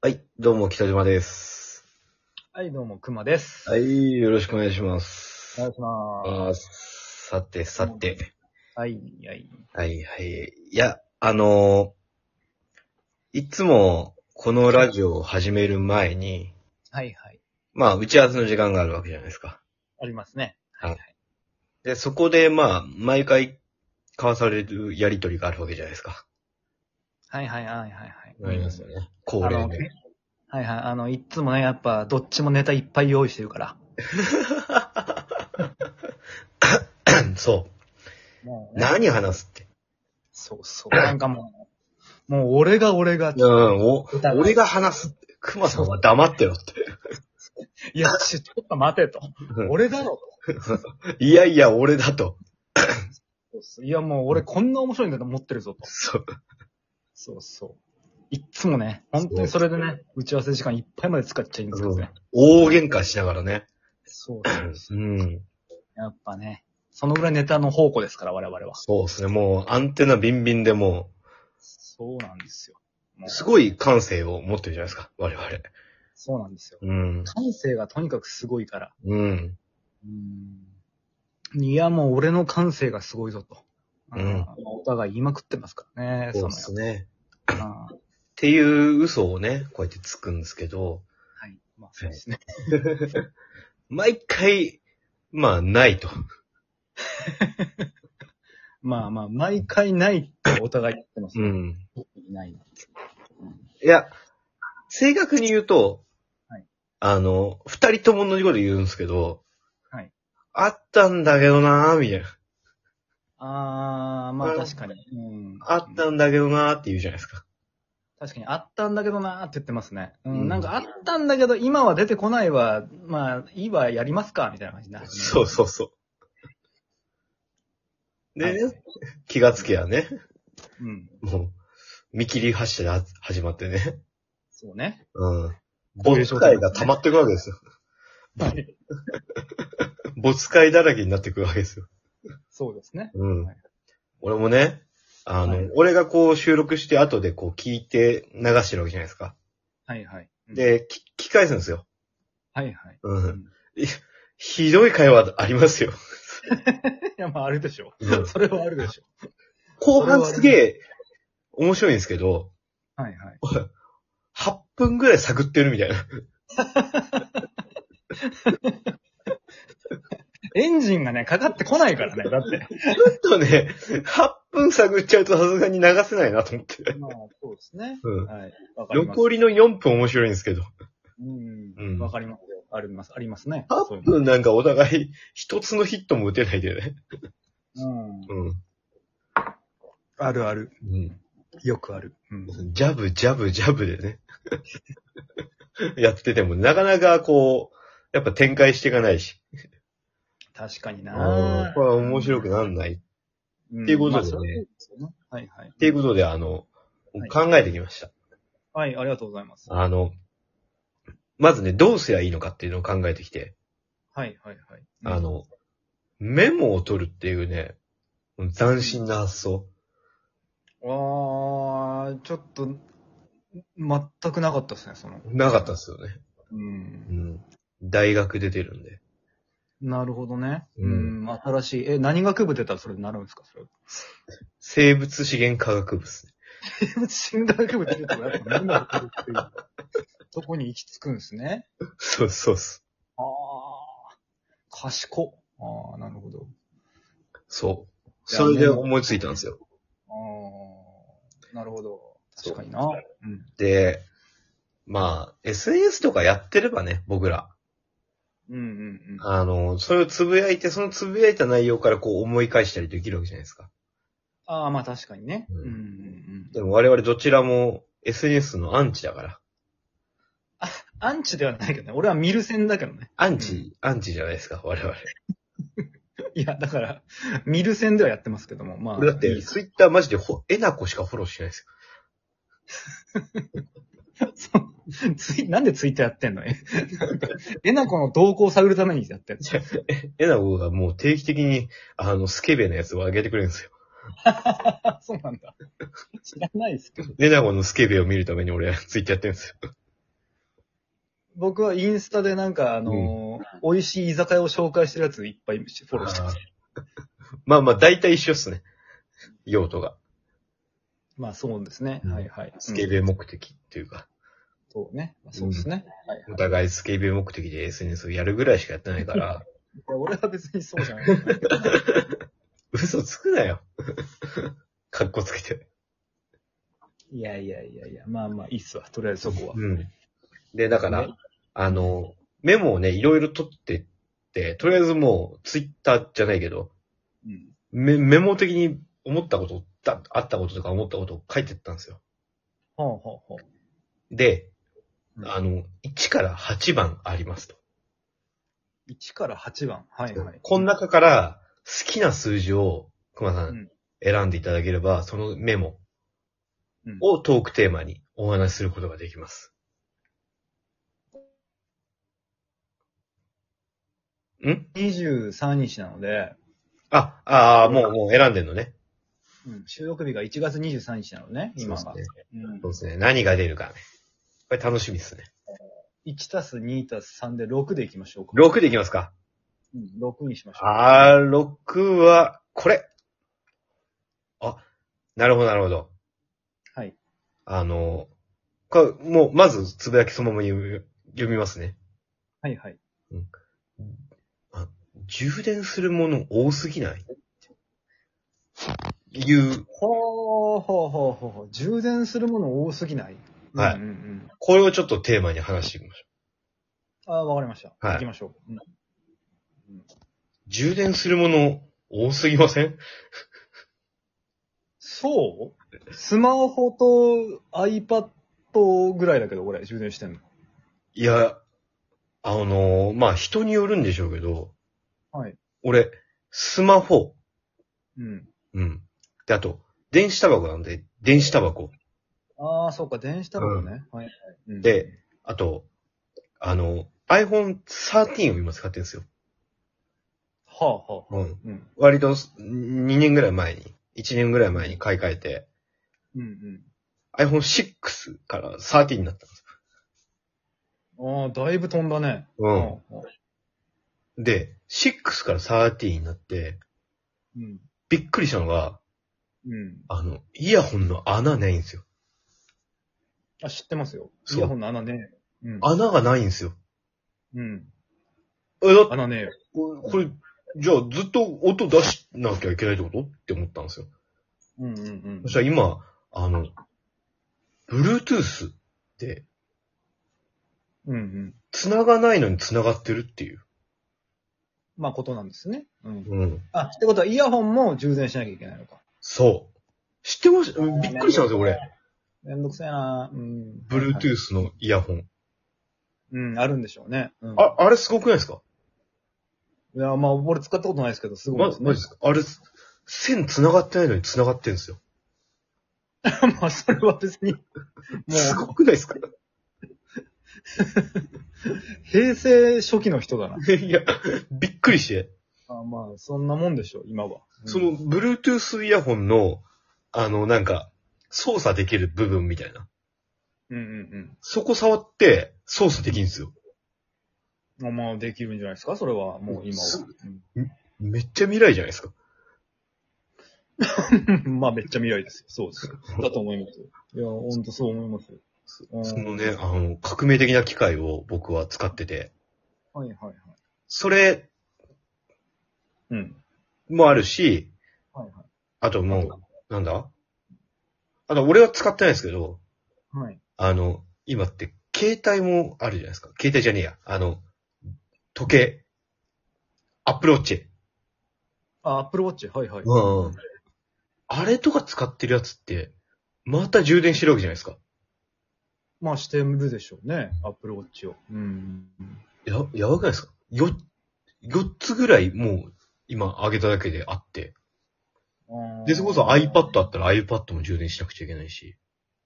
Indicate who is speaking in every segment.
Speaker 1: はい、どうも、北島です。
Speaker 2: はい、どうも、くまです。。
Speaker 1: はいい、よろしくお願いします。
Speaker 2: お願いしま
Speaker 1: あーさて、さて。
Speaker 2: す。はい、はい。
Speaker 1: はい、はい。いや、あのーいつも、このラジオを始める前に、
Speaker 2: はい、はい。
Speaker 1: まあ、打ち合わせの時間があるわけじゃないですか。
Speaker 2: ありますね。
Speaker 1: は
Speaker 2: はいい、
Speaker 1: で、そこで、まあ、毎回、交わされるやりとりがあるわけじゃないですか。
Speaker 2: はい。はい、はい、はい、はい。
Speaker 1: ありますよね。
Speaker 2: うん。
Speaker 1: 恒
Speaker 2: あの、
Speaker 1: 例で
Speaker 2: ね。はい、はい。あの、いっつもね、やっぱ、どっちもネタいっぱい用意してるから。
Speaker 1: そ
Speaker 2: も
Speaker 1: う。
Speaker 2: うね、
Speaker 1: 何話すって。
Speaker 2: そうそう。なんかもう、もう俺が俺が、
Speaker 1: うん、お
Speaker 2: 歌、が
Speaker 1: 俺が話すって。熊さんは黙ってろって。
Speaker 2: いや、ちょちょっと待てと
Speaker 1: うん。
Speaker 2: 俺だろと
Speaker 1: いやいや、俺だと。
Speaker 2: そうそう。いや、もう俺こんな面白いネタ持ってるぞと。
Speaker 1: そう。
Speaker 2: そうそう。いっつもね、本当にそれでね、打ち合わせ時間いっぱいまで使っちゃいいんですけどね。
Speaker 1: 大喧嘩しながらね。
Speaker 2: そうそうそう。
Speaker 1: うん。
Speaker 2: やっぱね、そのぐらいネタの宝庫ですから、我々は。
Speaker 1: そうですね。もう、アンテナビンビンでも
Speaker 2: そうなんですよ。も
Speaker 1: う、
Speaker 2: う
Speaker 1: すごい感性を持ってるじゃないですか。我々。
Speaker 2: そうなんですよ。
Speaker 1: うん。
Speaker 2: 感性がとにかくすごいから。
Speaker 1: うん。
Speaker 2: うーん。いや、もう俺の感性がすごいぞと。
Speaker 1: うん
Speaker 2: あーお互い言いまくってますからね、
Speaker 1: そう
Speaker 2: そ
Speaker 1: です
Speaker 2: の
Speaker 1: ね。
Speaker 2: やっぱあー
Speaker 1: っていう嘘をね、こうやってつくんですけど、
Speaker 2: はい。まあ、そうですね。
Speaker 1: 毎回、まあ、ないと。
Speaker 2: まあまあ、毎回ないってお互い言ってます。
Speaker 1: うん。
Speaker 2: ない。
Speaker 1: いや、正確に言うと、
Speaker 2: はい
Speaker 1: あの、二人とも同じこと言うんですけど、
Speaker 2: はい
Speaker 1: あったんだけどなー、みたいな。
Speaker 2: あー、まあ
Speaker 1: うん
Speaker 2: 確かに。うん。
Speaker 1: あったんだけどなーって言うじゃないですか。
Speaker 2: 確かに、あったんだけどなーって言ってますね。うん。
Speaker 1: うん
Speaker 2: なんか、あったんだけど、今は出てこないわ。まあ、いいわ、やりますかみたいな感じになる。
Speaker 1: そうそうそう。でね、気がつけばね、
Speaker 2: う。うん。
Speaker 1: もう、見切り発車で始まってね。
Speaker 2: そうね。
Speaker 1: うん。
Speaker 2: こうい
Speaker 1: ボ
Speaker 2: う
Speaker 1: ツ
Speaker 2: 状態
Speaker 1: 会
Speaker 2: で
Speaker 1: が
Speaker 2: すね
Speaker 1: 溜まっていくわけですよ。ボツ会だらけになっていくわけですよ。
Speaker 2: そうですね。
Speaker 1: うん
Speaker 2: はい。
Speaker 1: 俺もね、あの、
Speaker 2: はい
Speaker 1: 俺がこう収録して後でこう聞いて流してるわけじゃないですか。
Speaker 2: はいはい。うん、
Speaker 1: で、き聞き返すんですよ。
Speaker 2: はい はい。
Speaker 1: う。
Speaker 2: うんん
Speaker 1: ひどい会話ありますよ。
Speaker 2: いや、まあ、あるでしょ
Speaker 1: うん。
Speaker 2: それはあるでしょ。
Speaker 1: 後半すげえ面白いんですけど、
Speaker 2: はいはい。
Speaker 1: 8分ぐらい探ってるみたいな。
Speaker 2: エンジンがね、かかってこないからね、だって。
Speaker 1: ちょっとね、8分探っちゃうとさすがに流せないなと思って。
Speaker 2: まあ、そうですね。
Speaker 1: うん。
Speaker 2: はい。わかります。
Speaker 1: 残りの4分面白いんですけど。
Speaker 2: うん。わかりますよ。あります、ありますね。そうい
Speaker 1: 8
Speaker 2: うの
Speaker 1: 分なんかお互い一つのヒットも打てないでね。
Speaker 2: うん。
Speaker 1: うん。
Speaker 2: あるある。よくある。うん。
Speaker 1: うん。ジャブ、ジャブ、ジャブでね。やってても、なかなかこう、やっぱ展開していかないし。
Speaker 2: 確かに
Speaker 1: うん
Speaker 2: な。
Speaker 1: これは面白くなんない。っ
Speaker 2: って
Speaker 1: いうことでね
Speaker 2: はいはい。
Speaker 1: ていうことで、あの、
Speaker 2: はい
Speaker 1: 考えてきました。
Speaker 2: はい、ありがとうございます。は
Speaker 1: あの、まずね、どうすりゃいいのかっていうのを考えてきて、
Speaker 2: いはいはい。うん
Speaker 1: あ、の、メモを取るっていうね、斬新な発想。
Speaker 2: あー、ちょっと、全くなかったですね、その。
Speaker 1: なかったっすよね。
Speaker 2: うん
Speaker 1: う。ん。大学出てるんで。
Speaker 2: なるほどね。
Speaker 1: う
Speaker 2: うんん、新しい。え、何学部出たらそれになるんですかそれ。
Speaker 1: 生物資源科学部っすね。
Speaker 2: 生物診断学部出たらやっぱ何学部っていうとこに行き着くんですね。
Speaker 1: そうそうっす。
Speaker 2: ああ、賢。ああ、なるほど。
Speaker 1: そう。
Speaker 2: いや
Speaker 1: それで思いついたんですよ。
Speaker 2: ああ、なるほど。
Speaker 1: そう
Speaker 2: 確かにな。うん。
Speaker 1: で、まあ、SNS とかやってればね、僕ら。
Speaker 2: うんうんうん。
Speaker 1: あの、それをつぶやいて、そのつぶやいた内容からこう思い返したりできるわけじゃないですか。
Speaker 2: ああ、まあ確かにね。
Speaker 1: う
Speaker 2: うんんうんうん。
Speaker 1: でも我々どちらも SNS のアンチだから。
Speaker 2: アンチではないけどね。俺は見る線だけどね。
Speaker 1: アンチ、アンチじゃないですか、我々。
Speaker 2: いや、だから、見る線ではやってますけども。まあ。
Speaker 1: 俺だっ
Speaker 2: いい
Speaker 1: て、
Speaker 2: です
Speaker 1: ツイッターマジでほ、えなこしかフォローしてないですよ。
Speaker 2: そう ツイなんでツイッターやってんのえ、 なんかえなこの動向を探るためにやってんの
Speaker 1: えなこがもう定期的に、あの、スケベなやつを上げてくれるんですよ。
Speaker 2: そうなんだ。知らないですけど。
Speaker 1: えなこのスケベを見るために俺、ツイッターやってるんですよ。
Speaker 2: 僕はインスタでなんか、あのー美味しい居酒屋を紹介してるやついっぱいフォローしてます。
Speaker 1: まあまあ、大体一緒っすね。用途が。
Speaker 2: まあそうですね。
Speaker 1: うん
Speaker 2: はいはい。
Speaker 1: スケベ目的っていうか、
Speaker 2: そうね。まあそうですね。はいはい
Speaker 1: お互いスケベ目的で SNS をやるぐらいしかやってないから、
Speaker 2: いや俺は別にそうじゃない。
Speaker 1: 嘘つくなよ。 かっこつけて。
Speaker 2: いやいやいやいや、まあまあいいっすわ。とりあえずそこは。
Speaker 1: うん。で、だから、
Speaker 2: ね
Speaker 1: あの、メモをね、いろいろ取ってって、とりあえずもう、ツイッターじゃないけど、
Speaker 2: うん。
Speaker 1: メメモ的に思ったこと、だあったこととか思ったことを書いてったんですよ。
Speaker 2: ほうほうほう。
Speaker 1: で、
Speaker 2: うん
Speaker 1: あの、1から8番ありますと。
Speaker 2: 1から8番。はいはい。
Speaker 1: この中から好きな数字を、熊さ
Speaker 2: うん
Speaker 1: ん、選んでいただければ、そのメモ
Speaker 2: うん
Speaker 1: をトークテーマにお話しすることができます。ん
Speaker 2: 23日なので、
Speaker 1: あ、ああ、もう、もう選んでんのね。
Speaker 2: うん、収録日が1月23日なのね、今
Speaker 1: そ
Speaker 2: が
Speaker 1: う。ですね。
Speaker 2: うん
Speaker 1: そうですね。何が出るかね。これ楽しみですね。
Speaker 2: 1たす2たす3で6でいきましょうか。
Speaker 1: 6でいきますか。
Speaker 2: うん、6にしましょう。
Speaker 1: あー、6は、これ。あ、なるほど、なるほど。
Speaker 2: はい。
Speaker 1: あの、これ、もう、まず、つぶやきそのまま読み読みますね。
Speaker 2: はいはい。
Speaker 1: あ充電するもの多すぎないいう、
Speaker 2: ほうほうほうほうほう。充電するもの多すぎない
Speaker 1: はい
Speaker 2: うんうんうん。
Speaker 1: これをちょっとテーマに話していきましょう。
Speaker 2: ああ、わかりました。
Speaker 1: はい
Speaker 2: 行きましょう。うん
Speaker 1: 充電するもの多すぎません
Speaker 2: そうスマホと iPad ぐらいだけど、俺、充電してんの。
Speaker 1: いや、あのまあ、人によるんでしょうけど、
Speaker 2: はい。
Speaker 1: 俺、スマホ、
Speaker 2: うん。
Speaker 1: うん。で、あと、電子タバコなんで、電子タバコ。
Speaker 2: ああ、そうか、電子タバコね。はいはい。うん
Speaker 1: で、あと、あの、iPhone 13を今使ってるんですよ。
Speaker 2: はあはあ。
Speaker 1: うん。
Speaker 2: うん。
Speaker 1: 割と、2年ぐらい前に、1年ぐらい前に買い替えて、
Speaker 2: うんうん。
Speaker 1: iPhone6 から13になったんです
Speaker 2: ああ、だいぶ飛んだね。
Speaker 1: よ。
Speaker 2: うん。
Speaker 1: うん。で、6から13になって、
Speaker 2: うん。
Speaker 1: びっくりしたのが、
Speaker 2: うん。
Speaker 1: あの、イヤホンの穴ないんですよ。
Speaker 2: あ、知ってますよ。
Speaker 1: そう
Speaker 2: イヤホンの穴ね。うん。
Speaker 1: 穴がないんですよ。
Speaker 2: うん。
Speaker 1: え、だって
Speaker 2: 穴ねえよ。
Speaker 1: これ、これじゃあずっと音出しなきゃいけないってことって思ったんですよ。
Speaker 2: うんうんうん
Speaker 1: そし。たら今、あの、Bluetooth で
Speaker 2: うんうん。
Speaker 1: 繋がないのに繋がってるっていう。
Speaker 2: まあ、ことなんですね。うん。
Speaker 1: うん。
Speaker 2: あ、ってことは、イヤホンも充電しなきゃいけないのか。
Speaker 1: そう。知ってましたうんびっくりしたんですよ、これ。
Speaker 2: めんどくせえなうん。はい。
Speaker 1: Bluetooth のイヤホン。
Speaker 2: うん、あるんでしょうね。うん。
Speaker 1: あ、あれすごくないですか
Speaker 2: いや、まあ、俺使ったことないですけど、すごい
Speaker 1: ま
Speaker 2: で
Speaker 1: じ
Speaker 2: すね。
Speaker 1: マジですかあれ、線繋がってないのに繋がってるんですよ。
Speaker 2: まあ、それは別に、も
Speaker 1: す
Speaker 2: う、
Speaker 1: ごくないですか
Speaker 2: 平成初期の人だな。
Speaker 1: いや、びっくりして。
Speaker 2: あまあ、そんなもんでしょう、今は。うん
Speaker 1: その、、Bluetooth イヤホンの、あの、なんか、操作できる部分みたいな。
Speaker 2: うんうん
Speaker 1: そこ触って操作できるんですよ。
Speaker 2: うん。まあ、できるんじゃないですか、それは、もう今
Speaker 1: す
Speaker 2: は。
Speaker 1: めっちゃ未来じゃないですか。
Speaker 2: うん、まあ、めっちゃ未来ですよ。そうですよ。だと思いますよ。いや、ほんとそう思いますよ。うん
Speaker 1: そのね、あの、革命的な機械を僕は使ってて、
Speaker 2: はいはいはい。
Speaker 1: それ
Speaker 2: うん。
Speaker 1: もあるし、
Speaker 2: はい
Speaker 1: あともう、なんだあと俺は使ってないですけど、
Speaker 2: はい。はい。
Speaker 1: あの、今って携帯もあるじゃないですか。携帯じゃねえや。あの、時計、アップルウォッチ。
Speaker 2: あ、アップルウォッチ、はいはい。
Speaker 1: うん。あれとか使ってるやつって、また充電してるわけじゃないですか。
Speaker 2: まあ、してるでしょうね、アップルウォッチを。うん。
Speaker 1: や、やばくないですかよ、4つぐらいもう今上げただけであって。で、それこそ iPad あったら iPad も充電しなくちゃいけないし。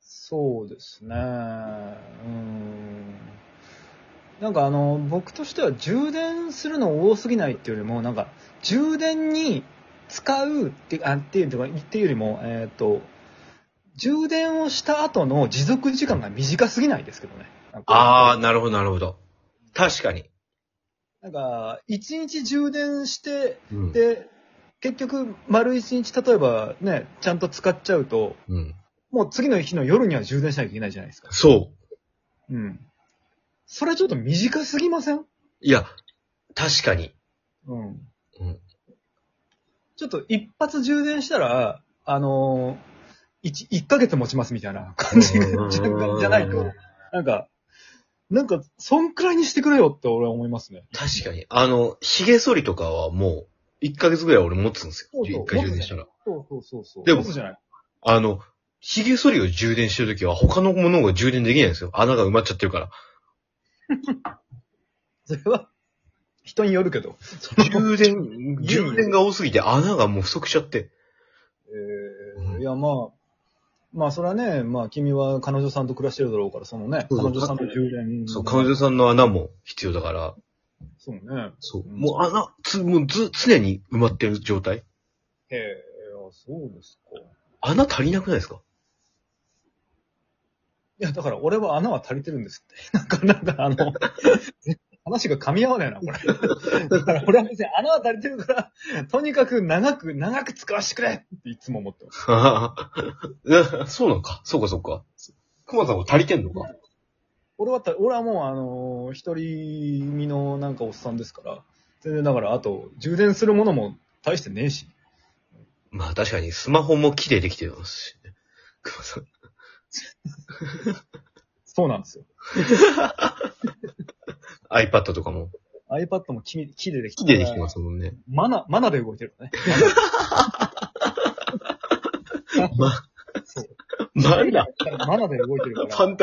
Speaker 2: そうですね。うん。なんかあの、僕としては充電するの多すぎないっていうよりも、なんか、充電に使うって、あ、っていうのが言っていうよりも、えっ、と、充電をした後の持続時間が短すぎないですけどね。
Speaker 1: ああ、
Speaker 2: あ。
Speaker 1: なるほど、なるほど。確かに。
Speaker 2: なんか、一日充電して、
Speaker 1: うん。
Speaker 2: で、結局、丸一日、例えばね、ちゃんと使っちゃうと、
Speaker 1: うん、
Speaker 2: もう次の日の夜には充電しなきゃいけないじゃないですか。
Speaker 1: そう。
Speaker 2: うん。それちょっと短すぎません
Speaker 1: いや、確かに。
Speaker 2: うん。
Speaker 1: うん
Speaker 2: ちょっと一発充電したら、あのー、1、一ヶ月持ちますみたいな感じ
Speaker 1: うんうんうんう
Speaker 2: が、
Speaker 1: ん
Speaker 2: じゃないと、なんか、なんか、そんくらいにしてくれよって俺は思いますね。
Speaker 1: 確かに。あの、髭剃りとかはもう、1ヶ月ぐらい俺持つんですよ。
Speaker 2: そうそう
Speaker 1: 1回充電したら。
Speaker 2: そうそうそうそう。
Speaker 1: でも
Speaker 2: そうじゃない。
Speaker 1: あの、髭剃りを充電してるときは他のものが充電できないんですよ。穴が埋まっちゃってるから。
Speaker 2: それは、人によるけど。その
Speaker 1: 充電、 充電が多すぎて穴がもう不足しちゃって。
Speaker 2: えーいや、まあ、まあ、それはね、まあ、君は彼女さんと暮らしてるだろうから、そのね、
Speaker 1: そうそう
Speaker 2: 彼女さんと充電。
Speaker 1: そう、彼女さんの穴も必要だから。
Speaker 2: そうね。
Speaker 1: そう。もう穴、つ、もうず、常に埋まってる状態。
Speaker 2: へえ、あそうですか。
Speaker 1: 穴足りなくないですか
Speaker 2: いや、だから俺は穴は足りてるんですって。 なんか、なんかあの、話が噛み合わないな、こ れ。だから俺は別に穴は足りてるから、とにかく長く、長く使わせてくれっていつも思ってます。
Speaker 1: あそうなのか。そうか、そうか。熊さんは足りてんのか。
Speaker 2: 俺はた、俺はもうあのー、一人身のなんかおっさんですから、全然だから、あと、充電するものも大してねえし。
Speaker 1: まあ確かにスマホも木でできてますしね。熊さん。
Speaker 2: そうなんですよ。
Speaker 1: iPad とかも
Speaker 2: iPad も木木でできて
Speaker 1: 木でできてますもん ね。
Speaker 2: マナ、マナで動いてるからね。
Speaker 1: まあ、
Speaker 2: マナで動いてるから。
Speaker 1: パン